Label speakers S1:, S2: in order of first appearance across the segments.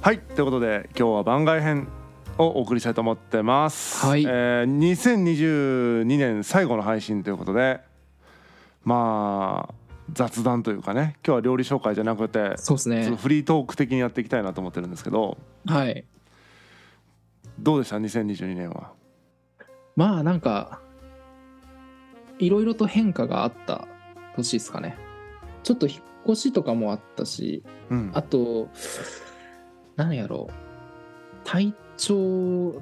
S1: はいということで今日は番外編をお送りしたいと思ってます、
S2: はい
S1: えー2022年最後の配信ということでまあ雑談というかね今日は料理紹介じゃなくて
S2: そうです
S1: その
S2: ね
S1: フリートーク的にやっていきたいなと思ってるんですけど
S2: はい
S1: どうでした2022年は
S2: まあなんかいろいろと変化があった年ですかねちょっと引っ越しとかもあったし
S1: うん
S2: あと何やろう体調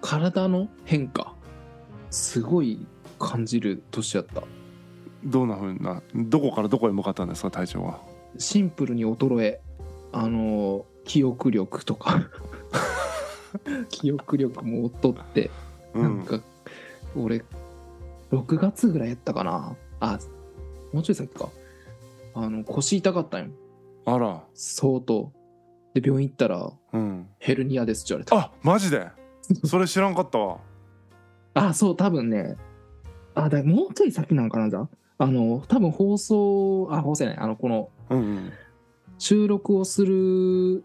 S2: 体の変化すごい感じる年やった
S1: どんなふうなどこからどこへ向かったんですか体調は
S2: シンプルに衰えあの記憶力とか 記憶力も劣って
S1: う
S2: なんか、俺、6月ぐらいやったかな。あ、もうちょい先か。あの、腰痛かったんよ。
S1: あら
S2: 相当。で、病院行ったら、
S1: うん
S2: ヘルニアですって言われた。
S1: あマジでそれ知らんかったわ
S2: あ、そう、多分ね。あ、だもうちょい先なんかなじゃああの、多分放送、あ、放送じゃない。あの、この、
S1: うんうん
S2: 収録をする、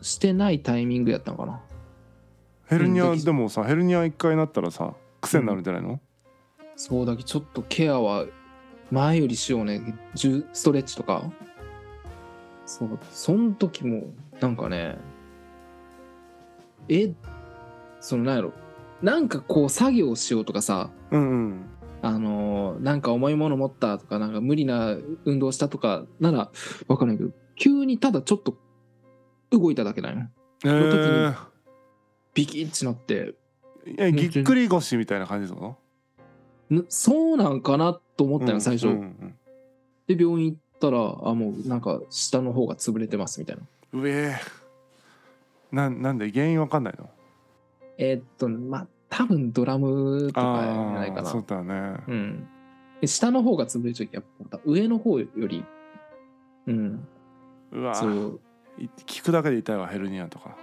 S2: してないタイミングやったのかな。
S1: ヘルニ
S2: う
S1: ア
S2: んでき
S1: でもさヘルニア一回なったらさ癖になるんじゃないの、
S2: そうだけどちょっとケアは前よりしようねじゅストレッチとかそうそん時もなんかねえそのなんやろなんかこう作業しようとかさ
S1: うん、うん
S2: あのーなんか重いもの持ったとかなんか無理な運動したとかならわかんないけど急にただちょっと動いただけだよ
S1: え
S2: の時に
S1: ー、
S2: ビキッチなって
S1: えぎっくり腰みたいな感じってこ
S2: ぬそうなんかなと思っ
S1: と
S2: たよ、最初、
S1: うんうん
S2: で病院行ったらあもうなんか下の方が潰れてますみたいな
S1: うんうえーなんなんで原因わかんないの
S2: えーっとまあ多分ドラムとかじゃないか
S1: ー
S2: な
S1: そうだよね、
S2: うんで下の方が潰れちゃうやっぱ上の方よりうん
S1: うわ
S2: そう
S1: い聞くだけで痛いわヘルニアとか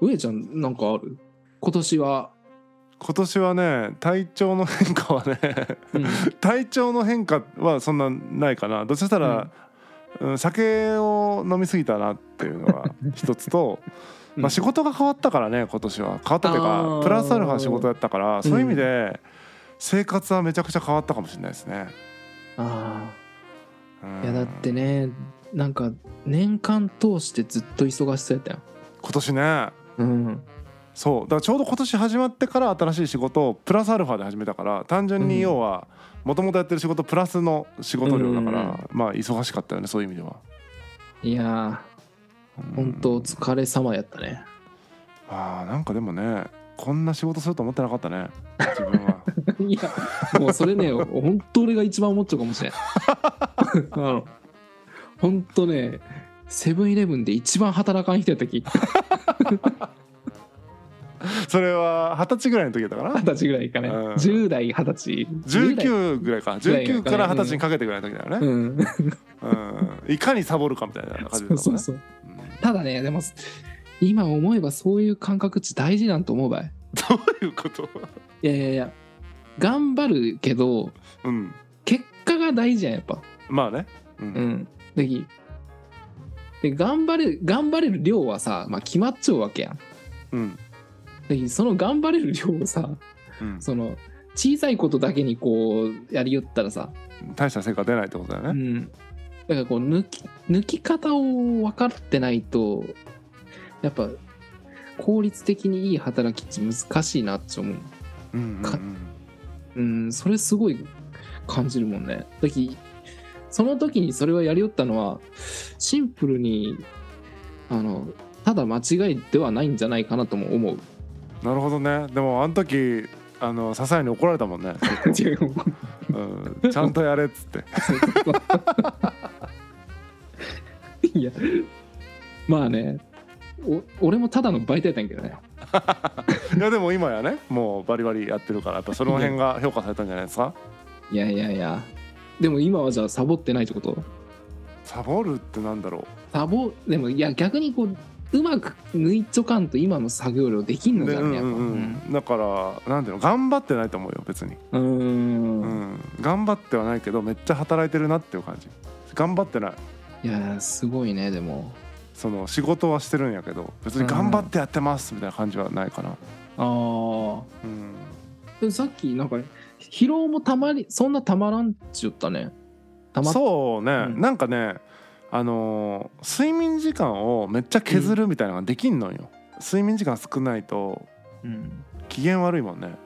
S2: 上ちゃんなんかある今 年は、
S1: 今年はね体調の変化はね
S2: うん、
S1: 体調の変化はそんなないかなどちらしたら、うん酒を飲みすぎたなっていうのが一つと、まあ、仕事が変わったからね今年は変わったという
S2: あ
S1: か
S2: ー
S1: プラスアルファ仕事やったからそういう意
S2: う
S1: 味
S2: ん
S1: で生活はめちゃくちゃ変わったかもしれないですね。
S2: あ
S1: うん
S2: あいやだってねなんか年間通してずっと忙しそうやったよ
S1: 今年ね
S2: うん
S1: そうだからちょうど今年始まってから新しい仕事をプラスアルファで始めたから単純
S2: うん
S1: に要はもともとやってる仕事プラスの仕事量だから、
S2: うんうんうん
S1: まあ忙しかったよねそういう意味では。
S2: いや
S1: うん
S2: ーほんとお疲れ様やったね
S1: あーなんかでもねこんな仕事すると思ってなかったね自分は
S2: いや、もうそれね、本当俺が一番思っちゃうかもしれん。あの、本当ね、セブンイレブンで一番働かん人やったき、二
S1: それは二十歳ぐらいの時だったかな
S2: 十歳ぐらいかね、
S1: うん
S2: 10代、二十歳。10代。
S1: 19ぐらいか
S2: ぐらいかね
S1: 19から二十歳にかけてぐらいの時だよね、
S2: うん、
S1: うんいかにサボるかみたいな感じだった
S2: そ
S1: もん
S2: うそう
S1: ね
S2: そう。
S1: うん
S2: ただね、でも、今思えばそういう感覚値大事なんと思うばい。
S1: どういうこと
S2: いやいやいや、頑張るけど、
S1: うん
S2: 結果が大事やん、やっぱ。
S1: まあねう
S2: うんん。できで、頑張れる、頑張れる量はさ、まあ決まっちゃうわけやん。
S1: うん
S2: でその頑張れる量をさ
S1: うん
S2: その小さいことだけにこうやりよったらさ、
S1: 大した成果出ないってことだ
S2: う
S1: よね、
S2: ん、だからこう抜き抜き方を分かってないとやっぱ効率的にいい働きって難しいなって思う、
S1: うんうんうん
S2: かうん、それすごい感じるもんねだきその時にそれはやりよったのはシンプルにあのただ間違いではないんじゃないかなとも思 う
S1: なるほどねでもあの時あの些細に怒られたもんね、
S2: 違う
S1: うん、ちゃんとやれっつって
S2: いや、まあね、お俺もただのバイトやったんやけどね。
S1: いやでも今やねもうバリバリやってるからやっぱその辺が評価されたんじゃないですか
S2: いやいやいや、でも今はじゃあサボってないってこと
S1: サボるってなんだろ
S2: サボ、でもいや逆にこう、うまく抜いちょかんと今の作業量できん
S1: う
S2: の
S1: で
S2: じゃ
S1: うん
S2: ね、
S1: んうんうんだからなんていうの頑張ってないと思うよ別に、
S2: やっぱ。うん。
S1: うん
S2: ん
S1: 頑張ってはないけどめっちゃ働いてるなっていう感じ頑張ってない
S2: いや、すごいね、でも。
S1: その仕事はしてるんやけど別に頑張ってやってますみたいな感じはないかな、
S2: あ
S1: うん、
S2: あでさっきなんか疲労もたまりそんなたまらんっちゅったねたま
S1: そうね、
S2: うん
S1: なんかねあのー睡眠時間をめっちゃ削るみたいなのができんのよ、睡眠時間少ないと
S2: うん
S1: 機嫌悪いもん ね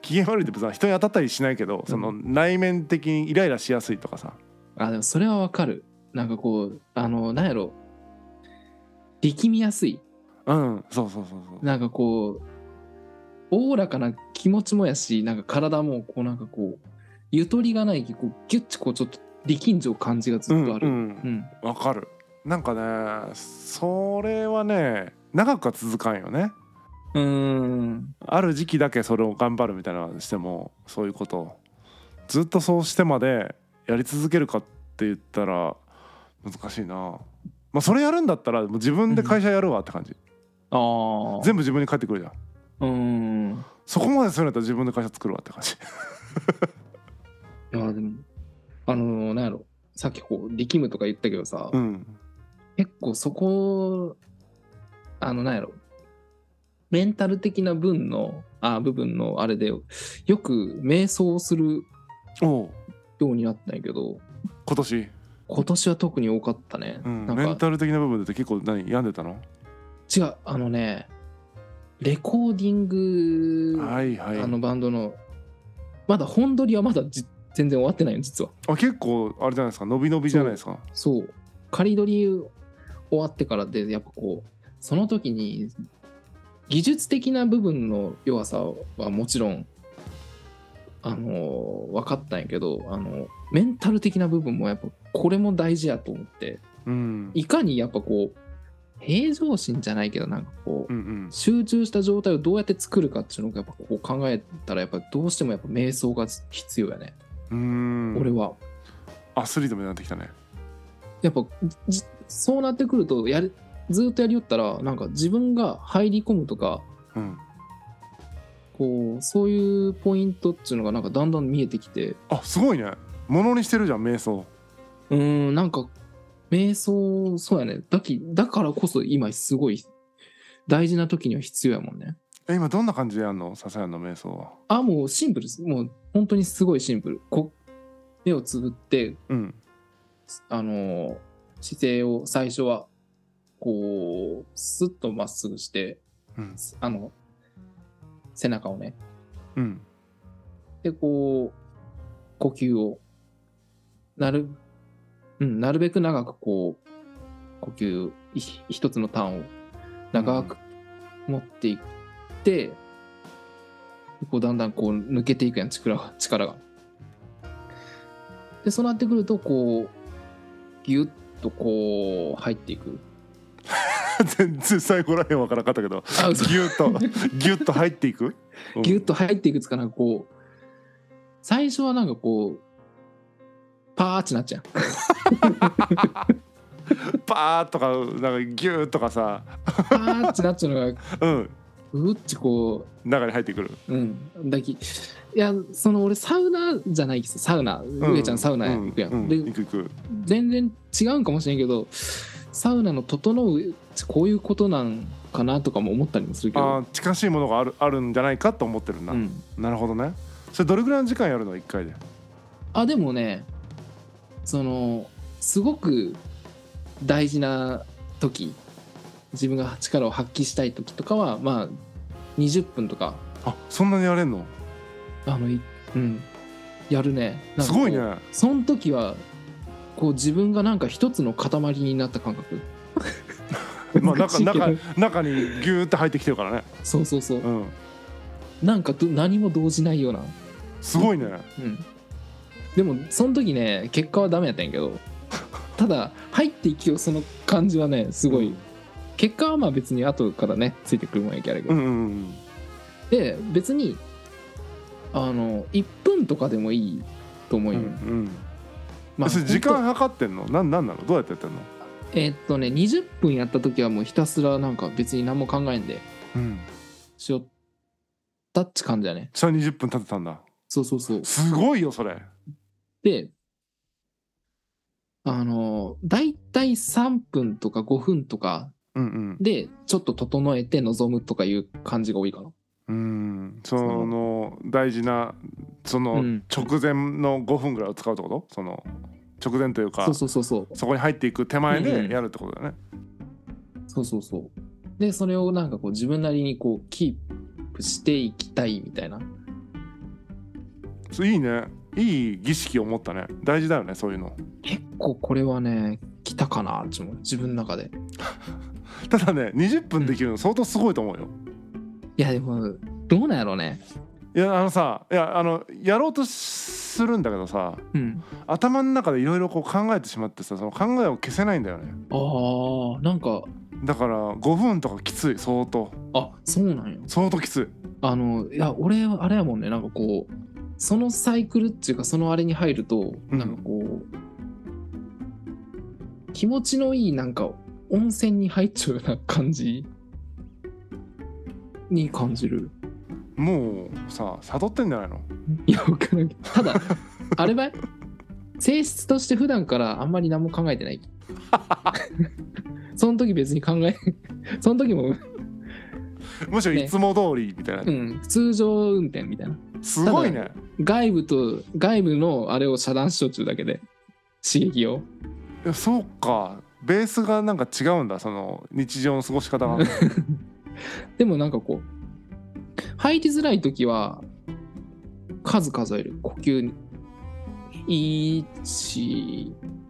S1: 機嫌悪いって別に人に当たったりしないけどその内面的にイライラしやすいとかさ
S2: あでもそれはわかるなんかこうあのなんやろ力みやすい
S1: うんそうそうそうそう
S2: なんかこうおおらかな気持ちもやしなんか体もこうなんかこうゆとりがないこうギュッチこうちょっと力んじょう感じがずっとある
S1: うんう
S2: う
S1: ん
S2: ん
S1: わかるなんかねそれはね長くは続かんよね
S2: うーん
S1: ある時期だけそれを頑張るみたいなのしてもそういうことをずっとそうしてまでやり続けるかって言ったら難しいなまあそれやるんだったらもう自分で会社やるわって感じ、
S2: ああ
S1: 全部自分に返ってくるじゃん
S2: うーん
S1: そこまでするんだったら自分で会社作るわって感じ
S2: いやでもあのーなんやろさっきこう力むとか言ったけどさ、
S1: うん
S2: 結構そこあのなんやろメンタル的な分のあ部分のあれでよく瞑想をする
S1: おう
S2: ようになったんやけど
S1: 今年、
S2: 今年は特に多かったね、
S1: うん、
S2: な
S1: メ
S2: ん
S1: ン
S2: か
S1: タル的な部分でって結構何病んでたの、
S2: 違うあのねレコーディング、
S1: はいはい
S2: あのバンドのまだ本撮りはまだじ全然終わってないよ実は
S1: あ結構あれじゃないですか伸び伸びじゃないですか
S2: そう仮撮り終わってからでやっぱこうその時に技術的な部分の弱さはもちろんあの分かったんやけどあのメンタル的な部分もやっぱこれも大事やと思って
S1: うん
S2: いかにやっぱこう平常心じゃないけどなんかこ
S1: う
S2: う
S1: う
S2: ん
S1: ん
S2: 集中した状態をどうやって作るかっていうのがやっぱこう考えたらやっぱどうしてもやっぱ瞑想が必要やね、
S1: うーん
S2: 俺は
S1: アスリートみたいになってきたね
S2: やっぱじそうなってくるとやるずーっとやりよったらなんか自分が入り込むとか
S1: うん
S2: こうそういうポイントっていうのがなんかだんだん見えてきて
S1: あすごいねものにしてるじゃん瞑想
S2: うーんなんか瞑想そうやねだきだからこそ今すごい大事な時には必要やもんね
S1: え今どんな感じでやんの笹谷の瞑想は
S2: あもうシンプルですもう本当にすごいシンプルこ目をつぶって
S1: うん
S2: あのー姿勢を最初はこうスッとまっすぐして
S1: うん
S2: あの背中をね
S1: うん
S2: で、こう、呼吸を、なる、うん、なるべく長くこう、呼吸、い一つのターンを長く持っていって、こう、だんだんこう、抜けていくやん、力が。力がで、そうなってくると、こう、ぎゅっとこう、入っていく。
S1: 全然最後らへんわからなかったけど
S2: あ、嘘
S1: ギュッとギュッと入っていく、うん
S2: ギュッと入っていくつかなんかこう、最初はなんかこう、パーッチなっちゃう。
S1: パーッとかなんかギュッとかさ
S2: パーッチなっちゃうのが、
S1: うん
S2: うっちこ
S1: 中に入ってくる
S2: う、うん、だき、いや、その俺、サウナじゃないけど、サウナ、
S1: う
S2: 上ちゃんサウナ行くやん。
S1: うう行
S2: で、
S1: く行く
S2: 全然違うんかもしれんけど、サウナの整う、こういうことなんかなとかも思ったりもするけ
S1: あ
S2: ど、
S1: ー近しいものがあるあるんじゃないかと思ってるな、
S2: うん。
S1: なるほどねそれどれぐらいの時間やるの1回で
S2: あ、でもね、その、すごく大事な時、自分が力を発揮したい時とかは、まあ、20分とか、
S1: あそんなにやれんの
S2: あの、いうん、やるね。なん
S1: す
S2: かこう
S1: ごいね
S2: その時はこう自分がなんか一つの塊になった感覚
S1: まあ
S2: 難
S1: 中
S2: し いけど
S1: 中中にギューって入ってきてるからね
S2: そうそうそう
S1: うん
S2: なんかど何も動じないような、
S1: すごいね
S2: うん、でもその時ね結果はダメやったんや けどただ入っていきようその感じはねすごい、結果はまあ別に後からねついてくるもんやけどあれやけ
S1: う
S2: ど、
S1: んうんうん
S2: で別にあの1分とかでもいいと思う
S1: うんう
S2: よ、
S1: ん
S2: まあ
S1: それ時間計ってんのなんなんなのどうやってやってんの
S2: えーっとね20分やった時はもうひたすらなんか別に何も考えんで
S1: うん
S2: しよったっち感じだね。
S1: じゃあ20分経ってたんだ
S2: そうそうそう。
S1: すごいよそれ
S2: で、あの大体3分とか5分とか
S1: うん
S2: でちょっと整えて臨むとかいう感じが多いか
S1: う
S2: な。
S1: んうんその大事なその
S2: うん
S1: 直前の5分ぐらいを使うってことその直前というか
S2: そうそうそうそう
S1: そこに入っていく手前
S2: うんう
S1: で
S2: ん
S1: やるってことだよね。
S2: そうそうそう。でそれをなんかこう自分なりにこうキープしていきたいみたいな。
S1: そういいねいい儀式を持ったね大事だよねそういうの。
S2: 結構これはね来たかなうちも自分の中で。
S1: ただね20分できるの相当すごいと思うよ。
S2: いやでもどうなんやろうね。
S1: いやあのさいやあのやろうとするんだけどさ
S2: うん。
S1: 頭の中でいろいろこう考えてしまってさその考えを消せないんだよね
S2: ああなんか
S1: だから5分とかきつい相当
S2: あそうなんや。
S1: 相当きつい
S2: あのいや俺はあれやもんねなんかこうそのサイクルっていうかそのあれに入ると、
S1: うん
S2: なんかこう気持ちのいいなんか温泉に入っちゃうような感じに感じる
S1: もうさ悟ってんじゃないの
S2: いや分からんけどただあればい性質として普段からあんまり何も考えてないその時別に考えその時も、
S1: むしろ
S2: ね
S1: いつも通りみたいな、
S2: うん、通常運転みたいな
S1: すごい
S2: た
S1: ね
S2: 外部と外部のあれを遮断しとっちゅうだけで刺激を
S1: いやそうかベースがなんか違うんだその日常の過ごし方が
S2: でもなんかこう入りづらい時は数数える呼吸に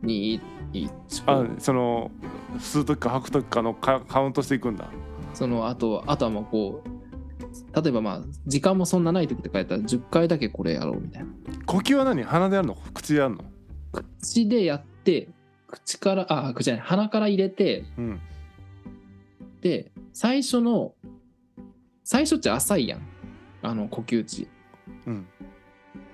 S2: 121
S1: あその吸う時か吐く時かのカカウントしていくんだ
S2: そのあとあとはもうこう例えばまあ時間もそんなない時とかやったら10回だけこれやろうみたいな
S1: 呼吸は何鼻でやるの口でやるの
S2: 口でやって口からあ口じゃない鼻から入れて
S1: うん
S2: で最初の最初って浅いやんあの呼吸値
S1: うん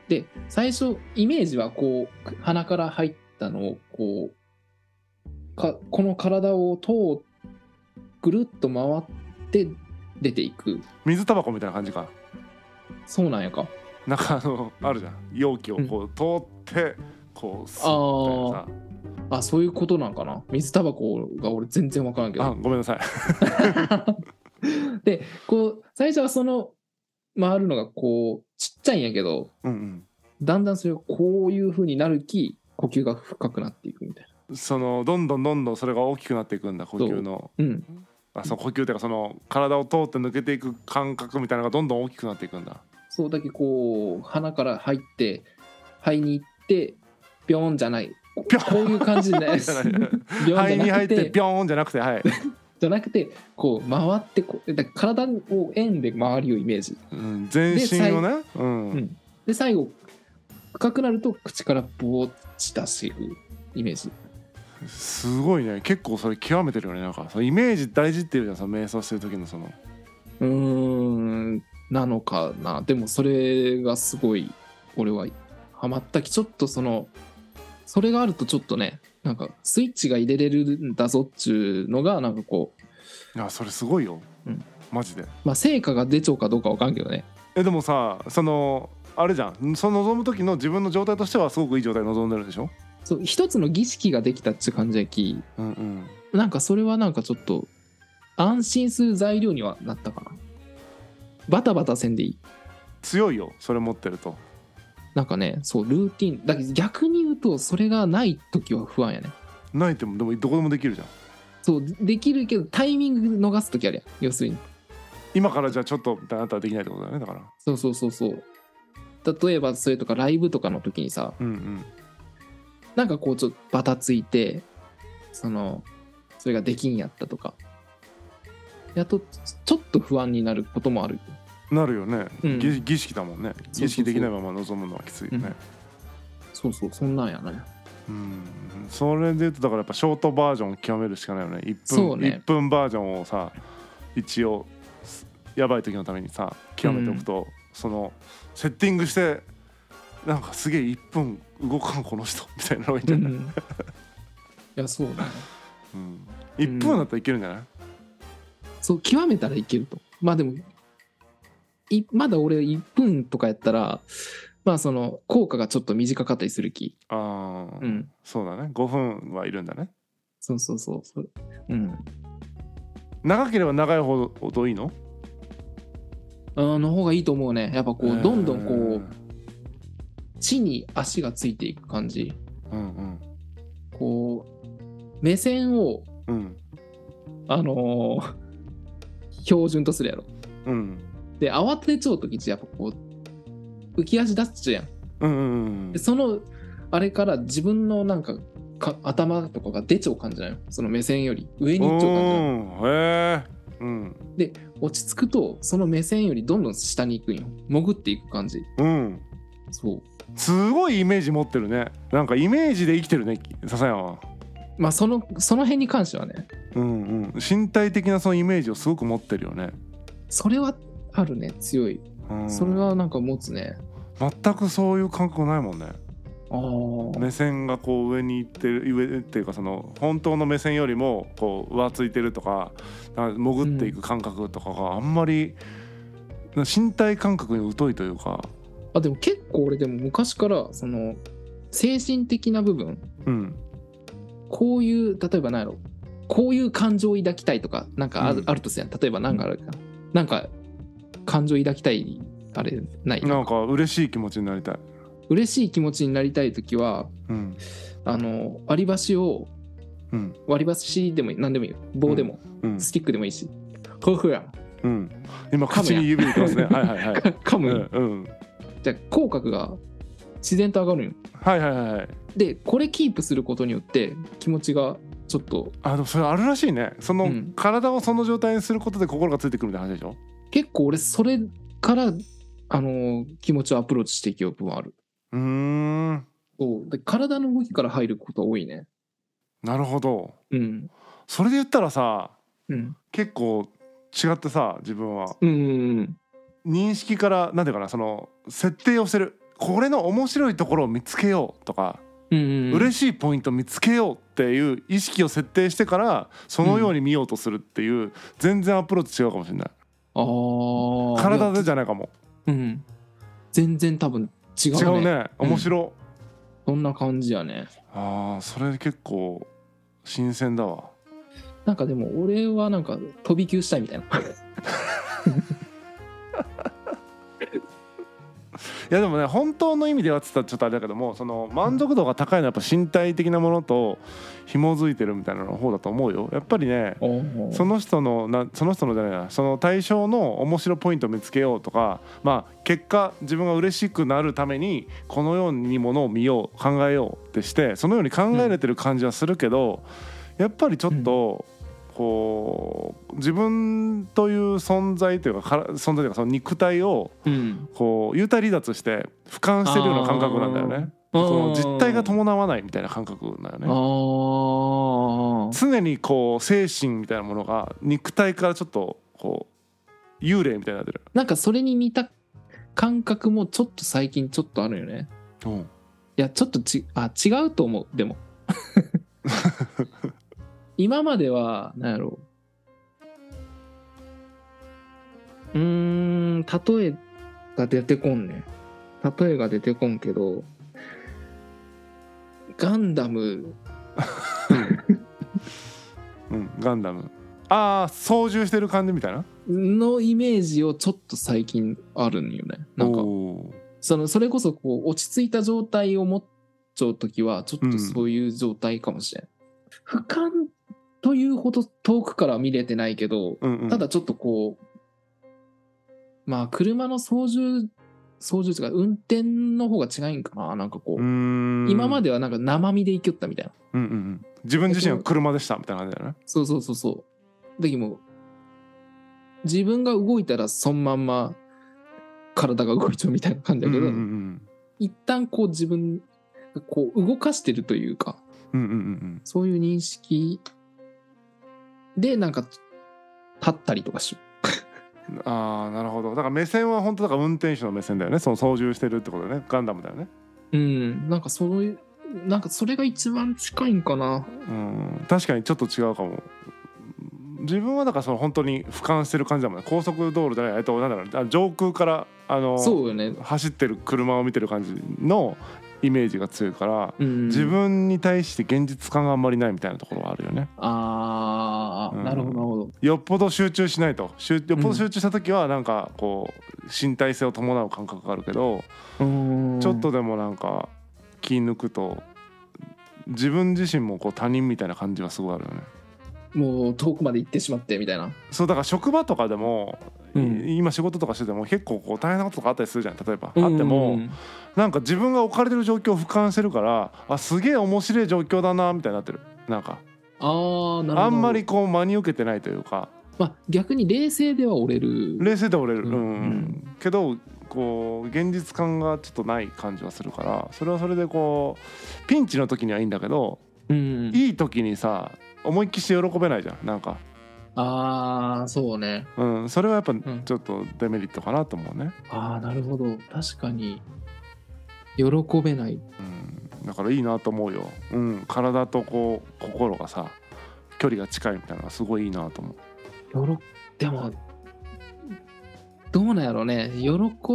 S2: で最初イメージはこう鼻から入ったのをこうかこの体を通ぐるっと回って出ていく
S1: 水タバコみたいな感じか
S2: そうなんやか
S1: なんかあのあるじゃん容器をこう通ってこう吸
S2: あ
S1: うみ
S2: ー
S1: たいなさ
S2: あそういうことなんかな水タバコが俺全然分からんけ
S1: あ
S2: ど
S1: ごめんなさい
S2: でこう最初はその回るのがこうちっちゃいんやけど
S1: うん、
S2: だんだんそれがこういう風になるき呼吸が深くなっていくみたい
S1: うん、そのどんどんどんどんそれが大きくなっていくんだ呼吸の
S2: なうん
S1: あそう呼吸っていうかその体を通って抜けていく感覚みたいなのがどんどん大きくなっていくんだ
S2: そうだけこう鼻から入って肺に行ってビョーンじゃないこ
S1: ビョーン
S2: こういう感じでビョーン
S1: じゃない
S2: じ
S1: 肺
S2: ゃ
S1: に
S2: な
S1: 入っ
S2: く
S1: て
S2: て
S1: ビョーンじゃなくてはい、
S2: じゃなくてこう回ってこうだから体を円で回るよイメージ
S1: うん、全身をね、うん
S2: うんで最後深くなると口からぼーっち出していくイメージ
S1: すごいね結構それ極めてるよねなんかそのイメージ大事っていうじゃんその瞑想してる時のその
S2: うーんなのかなでもそれがすごい俺はハマったきちょっとそのそれがあるとちょっとねなんかスイッチが入れれるんだぞっちゅうのがなんかこう、
S1: いやそれすごいよ、
S2: うん
S1: マジで
S2: まあ、成果が出ちゃうかどうかわかんけどね
S1: えでもさそのあれじゃんその望む時の自分の状態としてはすごくいい状態で望んでるでしょ
S2: そう一つの儀式ができたっちゅう感じやき
S1: うんうん
S2: なんかそれはなんかちょっと安心する材料にはなったかなバタバタせんでいい
S1: 強いよそれ持ってると
S2: なんかねそうルーティンだけど逆に言うとそれがない時は不安やね
S1: ないってもでもどこでもできるじゃん
S2: そうできるけどタイミング逃す時あるやん要するに
S1: 今からじゃあちょっとみたいなのあったらできないってことだよねだから
S2: そうそうそうそう例えばそれとかライブとかの時にさ
S1: うんうん
S2: なんかこうちょっとバタついてそのそれができんやったとかやっとちょっと不安になることもある
S1: なるよね、
S2: うん
S1: 儀儀式だもんね
S2: そうそう
S1: 儀式できないまま望むのはきついよね
S2: そうそうそんなんやね
S1: うん、それで言うとだからやっぱショートバージョンを極めるしかないよね1
S2: そう
S1: 分
S2: ね
S1: 一分バージョンをさ一応すやばい時のためにさ極めておくと、そのセッティングしてなんかすげえ1分動かんこの人みたいなのがいいんじ
S2: う
S1: ゃない、
S2: んいやそうだね
S1: うん1分だったらいけるんじゃない、
S2: そう極めたらいけるとまあでもいまだ俺1分とかやったら、まあその効果がちょっと短かったりする気
S1: ああ、
S2: うん
S1: そうだね5分はいるんだね
S2: そうそうそうそううん
S1: 長ければ長いほどいいの
S2: あの方がいいと思うねやっぱこうどんどんこう地に足がついていく感じ
S1: ううん
S2: こう目線を
S1: うんうん
S2: あのー 標準とするやろ
S1: うん
S2: で慌てちゃう時ってやっぱこう浮き足出すじゃん
S1: うんうんうん
S2: でそのあれから自分のなんかか頭とかが出ちゃう感じなのよその目線より上に行っちゃう感じなの
S1: おーへえうん
S2: 落ち着くとその目線よりどんどん下に行くんよ潜っていく感じ
S1: うん
S2: そう
S1: すごいイメージ持ってるねなんかイメージで生きてるね笹山は
S2: まあそのその辺に関してはね
S1: うんうん身体的なそのイメージをすごく持ってるよね、
S2: それはあるね強い
S1: うん、
S2: それはなんか持つね
S1: 全くそういう感覚ないもんね
S2: ああ、
S1: 目線がこう上に行ってる上っていうかその本当の目線よりもこう上ついてるとかなんか潜っていく感覚とかがあんまり、身体感覚に疎いというか、
S2: あでも結構俺でも昔からその精神的な部分
S1: うん、
S2: こういう例えば何やろこういう感情を抱きたいとかなんかある,、
S1: うん
S2: あるとするやん例えば何かあるかなんか感情抱きたいあれない
S1: なんか嬉しい気持ちになりたい。
S2: 嬉しい気持ちになりたい時は
S1: うん
S2: あの割り箸を
S1: うん
S2: 割り箸でもいい何でもいいよ棒でも、
S1: うん
S2: スティックでもいいしこういうふう やん
S1: うん、今口に指入れてますね。はいはい はい。
S2: 噛
S1: う
S2: む、
S1: ん、うん、
S2: じゃあ口角が自然と上がるんよ
S1: はいはいはいはい。
S2: でこれキープすることによって気持ちがちょっと
S1: あでもそれあるらしいね。そうの
S2: ん
S1: 体をその状態にすることで心がついてくるみたいな話でしょ。
S2: 結構俺それからあの気持ちをアプローチしていく部分ある
S1: うーん、
S2: そうで体の動きから入ることが多いね
S1: なるほど。
S2: うん
S1: それで言ったらさ、
S2: うん
S1: 結構違ってさ、自分は
S2: うんうん
S1: 認識からなんていうかな、その設定をしてる。これの面白いところを見つけようとか、
S2: うん
S1: 嬉
S2: し
S1: しいポイント見つけようっていう意識を設定してからそのように見ようとするっていう、全然アプローチ違うかもしれない
S2: あー
S1: 体
S2: いや
S1: でじゃないかも
S2: うん全然多分違うね
S1: 違うね面白、
S2: そんな感じやね
S1: ああそれ結構新鮮だわ
S2: なんかでも俺はなんか飛び級したいみたいな
S1: いやでもね本当の意味ではっつったらちょっとあれだけどもその満足度が高いのはやっぱ身体的なものと紐づいてるみたいなの方だと思うよやっぱりね
S2: お ー
S1: その人のなその人のじゃないなその対象の面白いポイントを見つけようとかまあ結果自分が嬉しくなるためにこのようにものを見よう考えようってしてそのように考えれてる感じはするけど、やっぱりちょっと、こう自分という存在というかから存在というかその肉体を
S2: うん
S1: こう幽体離脱して俯瞰してるような感覚なんだよね。
S2: そ
S1: その実体が伴わないみたいな感覚なんよね。
S2: ああ
S1: 常にこう精神みたいなものが肉体からちょっとこう幽霊みたいになってる、
S2: なんかそれに似た感覚もちょっと最近ちょっとあるよね
S1: うん、
S2: いやちょっとちあ違うと思うでも今までは何やろううーん例えが出てこんね例えが出てこんけどガンダム
S1: ガンダムああ操縦してる感じみたいな
S2: のイメージをちょっと最近あるんよねなんか
S1: おー
S2: そのそれこそこう落ち着いた状態を持っちゃう時はちょっとそういう状態かもしれん、俯瞰というほど遠くから見れてないけど
S1: うんうん、
S2: ただちょっとこうまあ車の操縦操縦というか運転の方が違いんかななんか
S1: う
S2: こう、
S1: ーん
S2: 今ま
S1: で、
S2: ではなんか生身で生きよったみたいな
S1: うんうんうん、自分自身は車でしたみたいな感じだよね
S2: そうそうそうそう時も自分が動いたらそのまんま体が動いちゃうみたいな感じだけど、
S1: うんうん
S2: 一旦こう自分がこう動かしてるというか
S1: うんうんうんうん
S2: そういう認識でなんか立ったりとかし
S1: うんああなるほどだから目線は本当だから運転手の目線だよねその操縦してるってことだよねガンダムだよね
S2: うんなんかそういうなんかそれが一番近いんかな
S1: うん確かにちょっと違うかも自分はだからその本当に俯瞰してる感じだもんね高速道路じゃないえっとなんだろうあ上空からあの
S2: そうよね、
S1: 走ってる車を見てる感じのイメージが強いから、
S2: うん、
S1: 自分に対して現実感があんまりないみたいなところはあるよね
S2: ああ、
S1: うん
S2: なるほどなるほど
S1: よっぽど集中しないと集よっぽど集中した時はなんかこう身体性を伴う感覚があるけど、
S2: うーん
S1: ちょっとでもなんか気抜くと自分自身もこう他人みたいな感じがすごいあるよね
S2: もう遠くまで行ってしまってみたいな
S1: そうだから職場とかでも、
S2: うん
S1: い今仕事とかしてても結構こう大変なこととかあったりするじゃん例えば、あっても、
S2: うん
S1: なんか自分が置かれてる状況を俯瞰してるからあすげえ面白い状況だなみたいになってるなんか
S2: ああなるほど
S1: あんまりこう真に受けてないというか
S2: まあ逆に冷静では折れる
S1: 冷静で折れる、
S2: う
S1: うんん
S2: うん
S1: けどこう現実感がちょっとない感じはするからそれはそれでこうピンチの時にはいいんだけど、
S2: うん
S1: いい時にさ思いっきりして喜べないじゃんなんか、
S2: ああそうね
S1: うん、それはやっぱ
S2: ん
S1: ちょっとデメリットかなと思うね、
S2: ああなるほど確かに喜べない
S1: うん、だからいいなと思うよ、うん、体とこう心がさ距離が近いみたいなのがすごいいいなと思う
S2: よろでもどうなんやろうね喜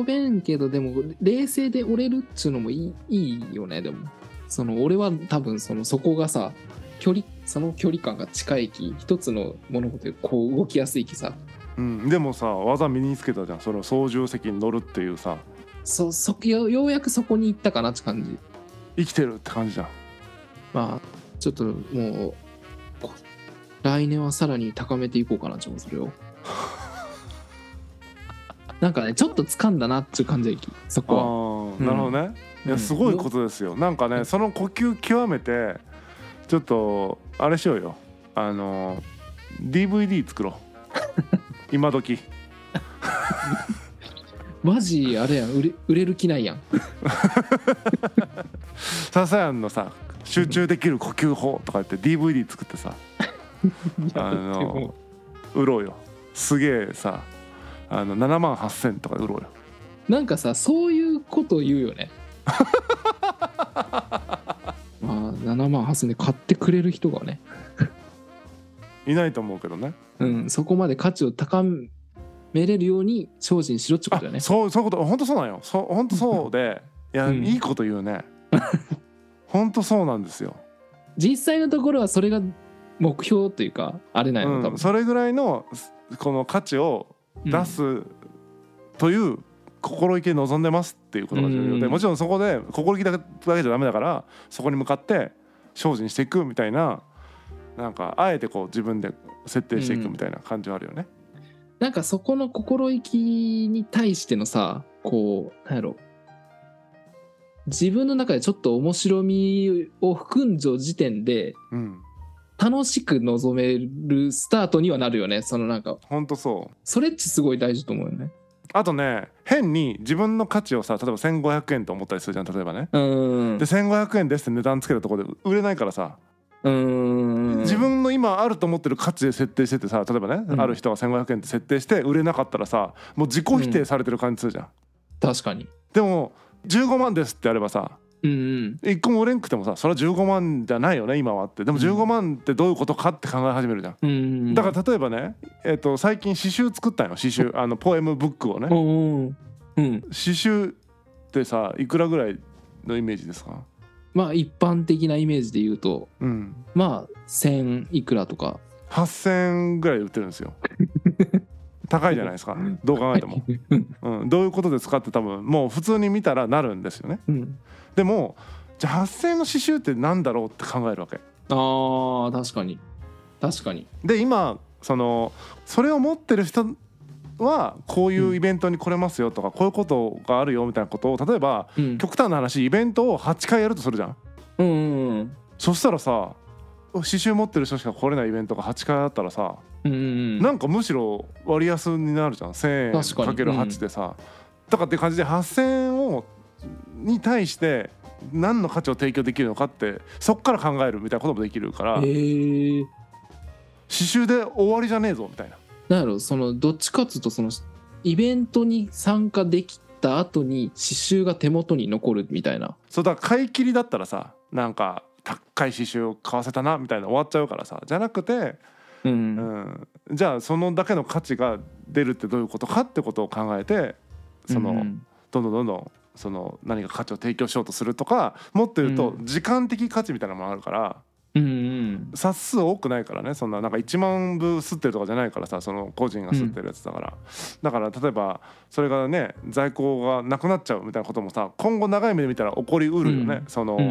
S2: べんけどでも冷静で折れるっちゅうのもいいいいよねでもその俺は多分そのそこがさ距離その距離感が近いき一つの物事でこう動きやすいきさ
S1: うん、でもさ技身につけたじゃんその操縦席に乗るっていうさ
S2: そそよようやくそこに行ったかなって感じ
S1: 生きてるって感じじゃん
S2: まあちょっともうこ来年はさらに高めていこうかなちょっとそれを なんかねちょっと掴んだなっていう感じやきそ
S1: ああ
S2: こはうん
S1: なるほどね、いうや
S2: ん
S1: すごいことですよなんかねその呼吸極めてちょっとあれしようよあの DVD 作ろ う今時
S2: マジあれやん売れ売れる気ないやん
S1: ササヤンのさ集中できる呼吸法とか言って DVD 作ってさあの売ろうよすげえさあの7万8,000とかで売ろうよ
S2: なんかさそういうこと言うよ ねまあ7万8000で買ってくれる人がね、
S1: いないと思うけどね
S2: うん、そこまで価値を高めれるように精進しろってことだよね
S1: あそうそういうこと本当そうなんよそう本当そうで いや、
S2: うん
S1: いいこと言うね本当そうなんですよ、
S2: 実際のところはそれが目標というかあれなんやろ多
S1: うん、
S2: 分、
S1: それぐらいのすこの価値を
S2: うん
S1: 出すという心意気で望んでますっていうことが重要で、
S2: うん
S1: もちろんそこで心意気だけだけじゃダメだからそこに向かって精進していくみたいななんかあえてこう自分で設定していくみたいな感じはあるよね。
S2: なんかそこの心意気に対してのさこうなんやろ自分の中でちょっと面白みを含んじょう時点で
S1: うん、
S2: 楽しく望めるスタートにはなるよねそのなんか
S1: 本当そう
S2: それっちすごい大事と思うよね
S1: あとね変に自分の価値をさ例えば1,500円と思ったりするじゃん例えばね。
S2: うーん
S1: で1,500円ですって値段つけたところで売れないからさ、
S2: うーん
S1: 自分の今あると思ってる価値で設定しててさ例えばね、
S2: うん
S1: ある人が1,500円って設定して売れなかったらさもう自己否定されてる感じするじゃん。
S2: 確かに
S1: でも15万ですってあればさ
S2: うんうん
S1: 一個も売れんくてもさそれは15万じゃないよね今はってでも
S2: うん
S1: 15万ってどういうことかって考え始めるじゃん。
S2: うんうん
S1: だから例えばね、えっと最近詩集作ったんよ詩集あのポエムブックを
S2: う
S1: ね
S2: んうんうん
S1: 詩集ってさいくらぐらいのイメージですか
S2: まあ一般的なイメージで言うと
S1: うん
S2: まあ1000いくらとか
S1: 8,000ぐらいで売ってるんです よ高いじゃないですかどう考えても、 うん、どういうことですかって多分もう普通に見たらなるんですよね
S2: うん、
S1: でもじゃあ8,000の刺繍ってなんだろうって考えるわけ
S2: あー確かに確かに
S1: で今そのそれを持ってる人はこういうイベントに来れますよとか、こういうことがあるよみたいなことを例えば
S2: うん
S1: 極端な話イベントを8回やるとするじゃん
S2: うんうん
S1: そしたらさ刺繍持ってる人しか来れないイベントが8回あったらさ
S2: うんうん
S1: なんかむしろ割安になるじゃん1,000円
S2: 確かに
S1: かける8でさ、とかって感じで8,000円をに対して何の価値を提供できるのかってそっから考えるみたいなこともできるから
S2: へえ
S1: 刺
S2: ー、
S1: 繍で終わりじゃねえぞみたいな
S2: なんやろそのどっちかっつうとそのイベントに参加できた後に刺繍が手元に残るみたいな
S1: そうだから買い切りだったらさなんか高い刺繍を買わせたなみたいな終わっちゃうからさじゃなくて
S2: うん
S1: うん、じゃあそのだけの価値が出るってどういうことかってことを考えてその、
S2: うん
S1: どんどんどんどんその何か価値を提供しようとするとかもっと言うと
S2: う
S1: 時間的価値みたいなのもあるから
S2: うんうん
S1: 冊数多くないからねそんななんか1万部吸ってるとかじゃないからさその個人が吸ってるやつだから、だから例えばそれがね在庫がなくなっちゃうみたいなこともさ今後長い目で見たら起こりうるよね、
S2: うん
S1: その、
S2: うんう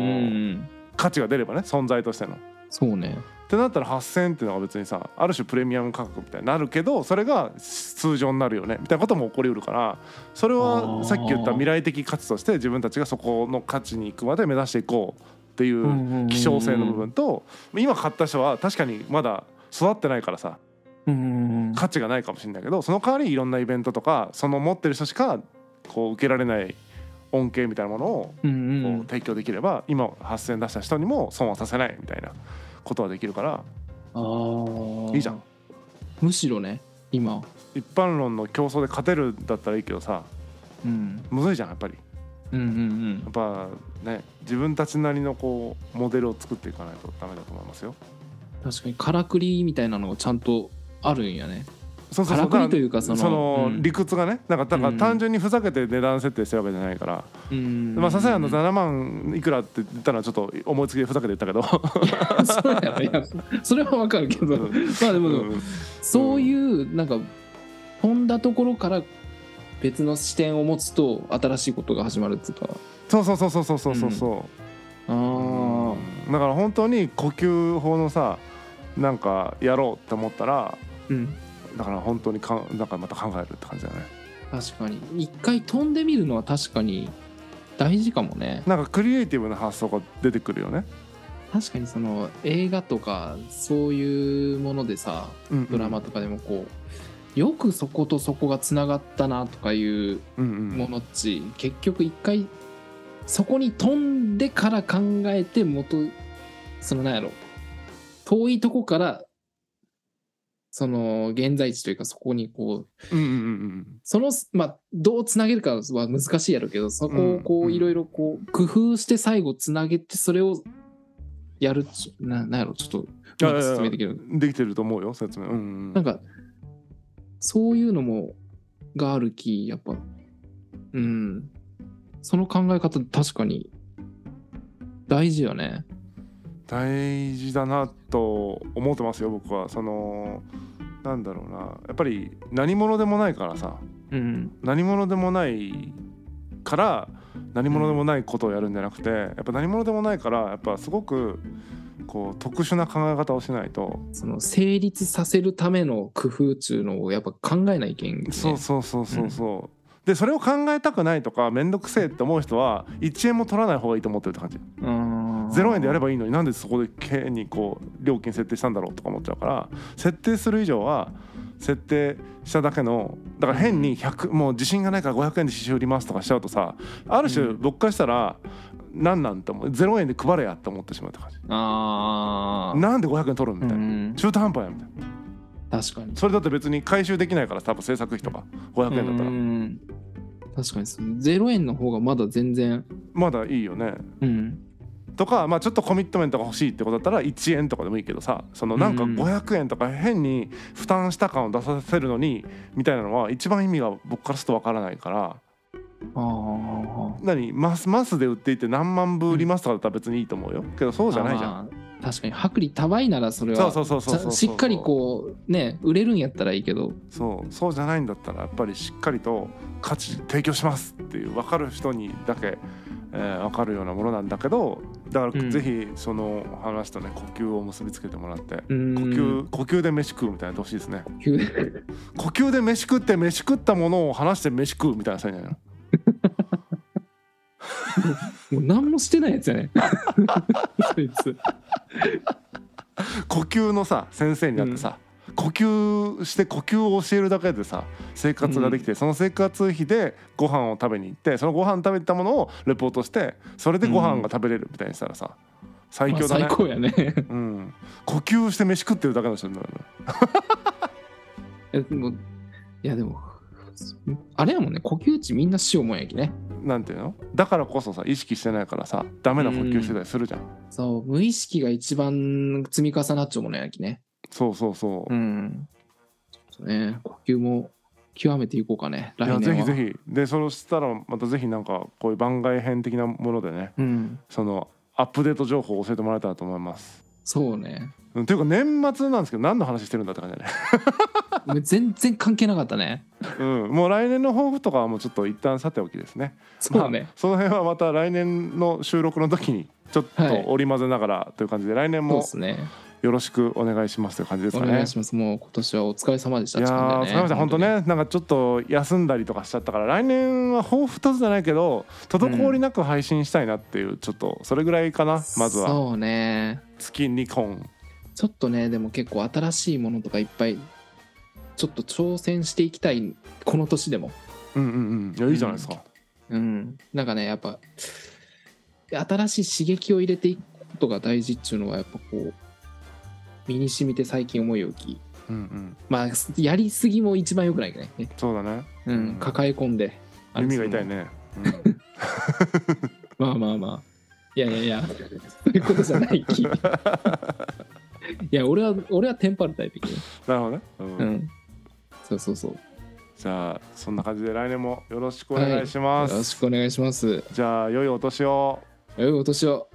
S2: ん
S1: 価値が出ればね存在としての。
S2: そうね
S1: ってなったら8,000円っていうのが別にさある種プレミアム価格みたいになるけどそれが通常になるよねみたいなことも起こりうるからそれ
S2: あ
S1: は
S2: ー
S1: さっき言った未来的価値として自分たちがそこの価値に行くまで目指していこうっていう希少性の部分と今買った人は確かにまだ育ってないからさ
S2: 分
S1: 価値がないかもしれないけどその代わりいろんなイベントとかその持ってる人しかこう受けられない恩恵みたいなものを
S2: うんう
S1: こうん提供できれば今8,000円出した人にも損はさせないみたいなことはできるから
S2: あー
S1: いいじゃん。
S2: むしろね今
S1: 一般論の競争で勝てるんだったらいいけどさ
S2: うん
S1: むずいじゃんやっぱり
S2: うんうん
S1: やっぱね自分たちなりのこうモデルを作っていかないとダメだと思いますよ
S2: うん確かにからくりみたいなのがちゃんとあるんやね
S1: そう
S2: からくりというか
S1: だ
S2: そ
S1: から
S2: の
S1: その
S2: うん
S1: 理屈がねなんかだか
S2: う
S1: ら
S2: ん
S1: 単純にふざけて値段設定してるわけじゃないから、
S2: うん
S1: まあさすがにあの7万いくらって言ったのはちょっと思いつきでふざけて言ったけど
S2: そうやろいやそれはわかるけ
S1: う
S2: ど
S1: ん
S2: まあでもでも
S1: うん
S2: そういうなんか飛んだところから別の視点を持つと新しいことが始まるっていうか
S1: そうそうそうそうそうそうそうそう
S2: あー
S1: だから本当に呼吸法のさなんかやろうって思ったら
S2: うん
S1: だから本当にかんなんかまた考えるって感じだね
S2: 確かに一回飛んでみるのは確かに大事かもね
S1: なんかクリエイティブな発想が出てくるよね。
S2: 確かにその映画とかそういうものでさドラマとかでもこうよくそことそこがつながったなとかいう
S1: うんうん
S2: ものっち、結局一回そこに飛んでから考えて元そのなんやろ遠いとこからその現在地というかそこにこう
S1: うんうんうん
S2: そのまあどうつなげるかは難しいやろうけどそこを
S1: うん
S2: こ
S1: う
S2: うんいろいろこう工夫して最後つなげてそれをやるっちゅななんやろちょっとう
S1: いや
S2: ま
S1: いやい
S2: く
S1: や
S2: 説明できる
S1: うん。できてると思うよ説明。うんうん、
S2: なんか、そういうのも、があるき、やっぱ、うん。その考え方、確かに、大事よね。
S1: 大事だなと思ってますよ僕は。そのなんだろうなやっぱり何者でもないからさ
S2: うん。
S1: 何者でもないから何者でもないことをやるんじゃなくてやっぱ何者でもないからやっぱすごくこう特殊な考え方をしないと
S2: その、成立させるための工夫っていうのを、やっぱ考えないけん、ね。
S1: そうそうそうそうそう、でそれを考えたくないとか面倒くせえって思う人は1円も取らない方がいいと思ってるって感じ
S2: うーん。
S1: 0円でやればいいのになんでそこで経営にこう料金設定したんだろうとか思っちゃうから設定する以上は設定しただけのだから変に100もう自信がないから500円で刺繍売りますとかしちゃうとさある種
S2: うん
S1: 僕からしたら何なんて思う0円で配れやって思ってしまうって感じ
S2: ああ。
S1: なんで500円取るみたいな
S2: うん
S1: 中途半端やみたいな
S2: 確かに。
S1: それだって別に回収できないから多分制作費とか500円だったら
S2: うん確かにその、0円の方がまだ全然、
S1: まだいいよね
S2: うん。
S1: とか、まあ、ちょっとコミットメントが欲しいってことだったら1円とかでもいいけどさそのなんか
S2: うん
S1: 500円とか変に負担した感を出させるのにみたいなのは一番意味が僕からするとわからないから
S2: ああ。
S1: 何マスマスで売っていて何万部売りますとかだったら別にいいと思うよけどそうじゃないじゃん。
S2: ん。確かに、薄利多売ならそれは
S1: そうそうそうそうそうそう
S2: しっかりこうね売れるんやったらいいけど
S1: そうそうじゃないんだったらやっぱりしっかりと価値提供しますっていう分かる人にだけ、えー、分かるようなものなんだけどだから
S2: うん
S1: ぜひその話とね呼吸を結びつけてもらって
S2: 呼
S1: 呼吸呼吸で飯食うみたいなのやってほしいですね。
S2: 吸
S1: 呼吸で飯食って飯食ったものを話して飯食うみたいなそういうのやな
S2: もう何もしてないやつやね そいつ
S1: 呼吸のさ先生になってさ、呼吸して呼吸を教えるだけでさ生活ができて、その生活費でご飯を食べに行ってそのご飯食べたものをレポートしてそれでご飯が食べれるみたいにしたらさ最
S2: まあ
S1: 強だね、
S2: 最高やね
S1: うん、呼吸して飯食ってるだけの人になるの
S2: いやでもいやでもあれやもんね呼吸値みんなしようもんやきね
S1: なんていうのだからこそさ意識してないからさダメな呼吸してたりするじゃん、
S2: そう無意識が一番積み重なっちゃうものやきね
S1: そうそうそうう、
S2: ん。ちょっとね、呼吸も極めていこうかね。来
S1: いや
S2: 年
S1: ぜ
S2: は。
S1: ひぜひでそしたらまたぜひなんかこういう番外編的なものでね
S2: うん。
S1: そのアップデート情報を教えてもらえたらと思います。
S2: そうね。
S1: うんというか年末なんですけど何の話してるんだって感じだね、
S2: もう全然関係なかったね。
S1: うん、もう来年の抱負とかはもうちょっと一旦さておきですね
S2: そうね
S1: まあ。その辺はまた来年の収録の時にちょっと
S2: はい
S1: 織り交ぜながらという感じで来年
S2: そうで
S1: も
S2: すね。
S1: よろしくお願いしますという感じです
S2: お
S1: か
S2: 願
S1: ね
S2: いし。ます。もう今年はお疲れ様でし
S1: い
S2: た。
S1: や
S2: って
S1: ー
S2: 感
S1: お疲
S2: じ
S1: れ
S2: だ
S1: 様でした本当
S2: に。
S1: ねなんかちょっと休んだりとかしちゃったから来年は抱負一つじゃないけど滞りなく配信したいなっていうちょっとそれぐらいかな、まずは
S2: そうね。
S1: 月2本
S2: ちょっとね、でも結構新しいものとかいっぱい、ちょっと挑戦していきたい、この年でも。
S1: うんうんうんいやいいじゃないですか、
S2: うん。なんかね、やっぱ、新しい刺激を入れていくことが大事っていうのは、やっぱこう、身に染みて最近思いをき。
S1: うんうん
S2: まあ、やりすぎも一番良くないけどね。
S1: そうだね
S2: う
S1: うん
S2: ん、抱え込んで。
S1: 耳が痛いね、 うん
S2: まあまあまあ。いやいやいや、そういうことじ ゃないき。いや、俺は、俺はテンパるタイプき。
S1: なるほどね、うん
S2: うん。そうそうそう。
S1: じゃあそんな感じで来年もよろしくお願いします、
S2: よろしくお願いします。
S1: じゃあ良いお年を
S2: 良いお年を。